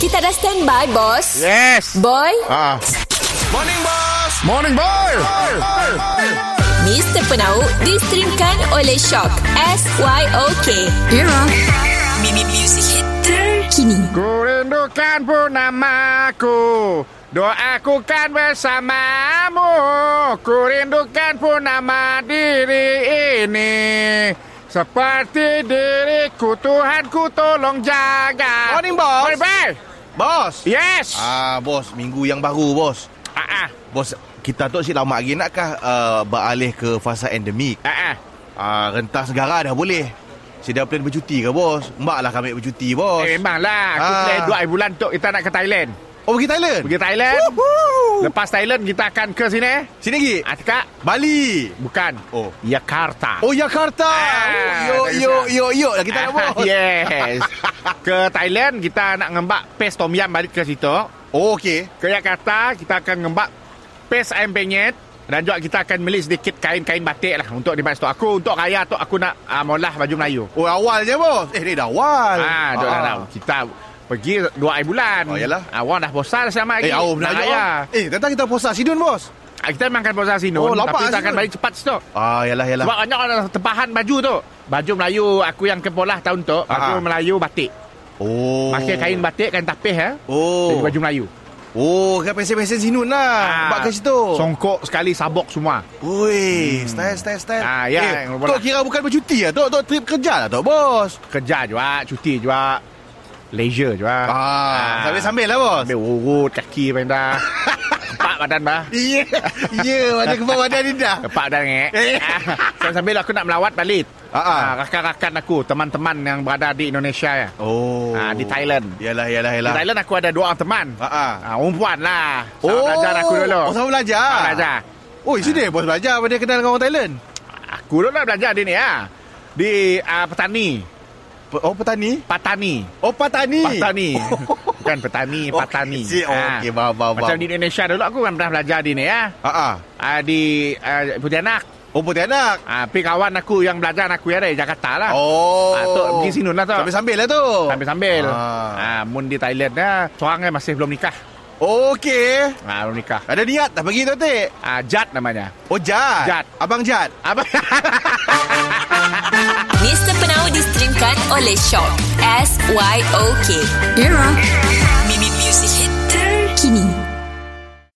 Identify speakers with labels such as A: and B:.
A: Kita dah standby, bos.
B: Yes.
A: Boy,
B: Ah.
C: Morning, boss.
B: Morning, boy.
A: Mr. Penau distrimkan oleh Shock. S-Y-O-K. Era. Mimi Music Hit terkini.
B: Ku rindukan punamaku. Doaku kan bersamamu. Ku rindukan punama diri ini. Seperti diriku Tuhanku tolong jaga.
C: Morning, boss.
B: Morning, boy.
C: Boss.
B: Yes.
C: Ah, bos, minggu yang baru, bos.
B: Ah ah.
C: Bos, kita tu asyik lama lagi nakkah uh, beralih ke fasa endemik?
B: Ah ah.
C: Ah, rentas negara dah boleh. Saya dah plan bercuti ke, bos? Mbak lah kami bercuti, bos.
B: Eh, memanglah. Aku
C: Ah.
B: plan 2 bulan tu kita nak ke Thailand.
C: oh, pergi Thailand?
B: Pergi Thailand.
C: Woohoo.
B: Lepas Thailand kita akan ke sini.
C: Sini lagi.
B: Atka.
C: Bali.
B: Bukan.
C: Oh.
B: Yakarta.
C: Oh, Jakarta.
B: Ah,
C: yo,
B: tak
C: yo,
B: kisah.
C: yo, yo. Dah kita nak, bos.
B: Yes. ke Thailand kita nak ngembak paste tom yam balik ke situ.
C: Oh, okey.
B: Ke Jakarta kita akan ngembak paste ayam penyet dan juga kita akan beli sedikit kain-kain batik lah untuk dimakan stok aku untuk raya tu aku nak uh, molah baju Melayu.
C: Oh, awal je, bos. Eh, ni dah awal.
B: Ah, dok dah tahu. Kita pergi dua air bulan.
C: Oh, yalah.
B: Ah, orang dah bosan dah sama lagi.
C: Eh, awal
B: Nak
C: Melayu.
B: raya.
C: Eh, datang kita puasa Sidun, bos.
B: Ah, kita memang akan bosan sini.
C: Oh, lapar
B: tapi kita
C: sini.
B: akan balik cepat stok.
C: Ah, yalah, yalah.
B: Sebab banyak orang dah terpahan baju tu. Baju Melayu aku yang kepolah tahun tu. Baju
C: Ah.
B: Melayu batik.
C: Oh.
B: Pakai kain batik, kain tapis ya.
C: Oh.
B: Jadi baju Ah. Melayu.
C: Oh, kan pesen-pesen sinun lah. Bak ke situ.
B: Songkok sekali sabok semua.
C: Oi, hmm. style, style, style.
B: Ah, ya,
C: Eh,
B: yang bola.
C: Tok kira bukan bercuti lah. Tok, tok trip kerja lah, Tok, bos.
B: Kerja juga, cuti juga. Leisure juga.
C: Ah, sambil-sambil lah, bos.
B: Ambil urut kaki benda. Kepak badan bah.
C: Iya, iya, macam kebab badan ni dah.
B: Kepak badan ngek.
C: Eh.
B: Ah, sambil aku nak melawat balik.
C: Ah, ah.
B: Ah, rakan-rakan aku, teman-teman yang berada di Indonesia ya.
C: Oh.
B: Ah, di Thailand.
C: Yalah, yalah, yalah.
B: Di Thailand aku ada dua orang teman.
C: Ah, ah.
B: Ah, perempuan lah. Sama belajar aku dulu.
C: Oh, sama belajar.
B: Sama belajar. Ah.
C: Oh, sini bos belajar pada kenal dengan orang Thailand.
B: Aku dulu lah belajar di ni ah. Di ah, petani.
C: Pe- Oh, petani?
B: Patani.
C: Oh, petani.
B: Patani. Bukan petani,
C: Okey,
B: patani.
C: cik. Oh, Okey, faham, faham,
B: Ah. Macam
C: faham.
B: di Indonesia dulu aku kan pernah belajar di ni ya.
C: Ah, ah.
B: Ah, di ah, Pontianak.
C: Oh, Pontianak.
B: Ah, pi kawan aku yang belajar aku ya dari Jakarta lah.
C: Oh.
B: Ah, Tok, pergi sinun lah, Tok.
C: Sambil-sambil lah, Tok.
B: Sambil-sambil.
C: Ah.
B: Ah. mun di Thailand dah, seorang yang masih belum nikah.
C: Okey.
B: Ah, belum nikah.
C: Ada niat dah pergi, Tok, Tek.
B: Ah, Jad namanya.
C: Oh, Jad.
B: Jad.
C: Abang Jad.
B: Apa?
A: Mr. Penau distrimkan oleh Shock. S-Y-O-K. Era.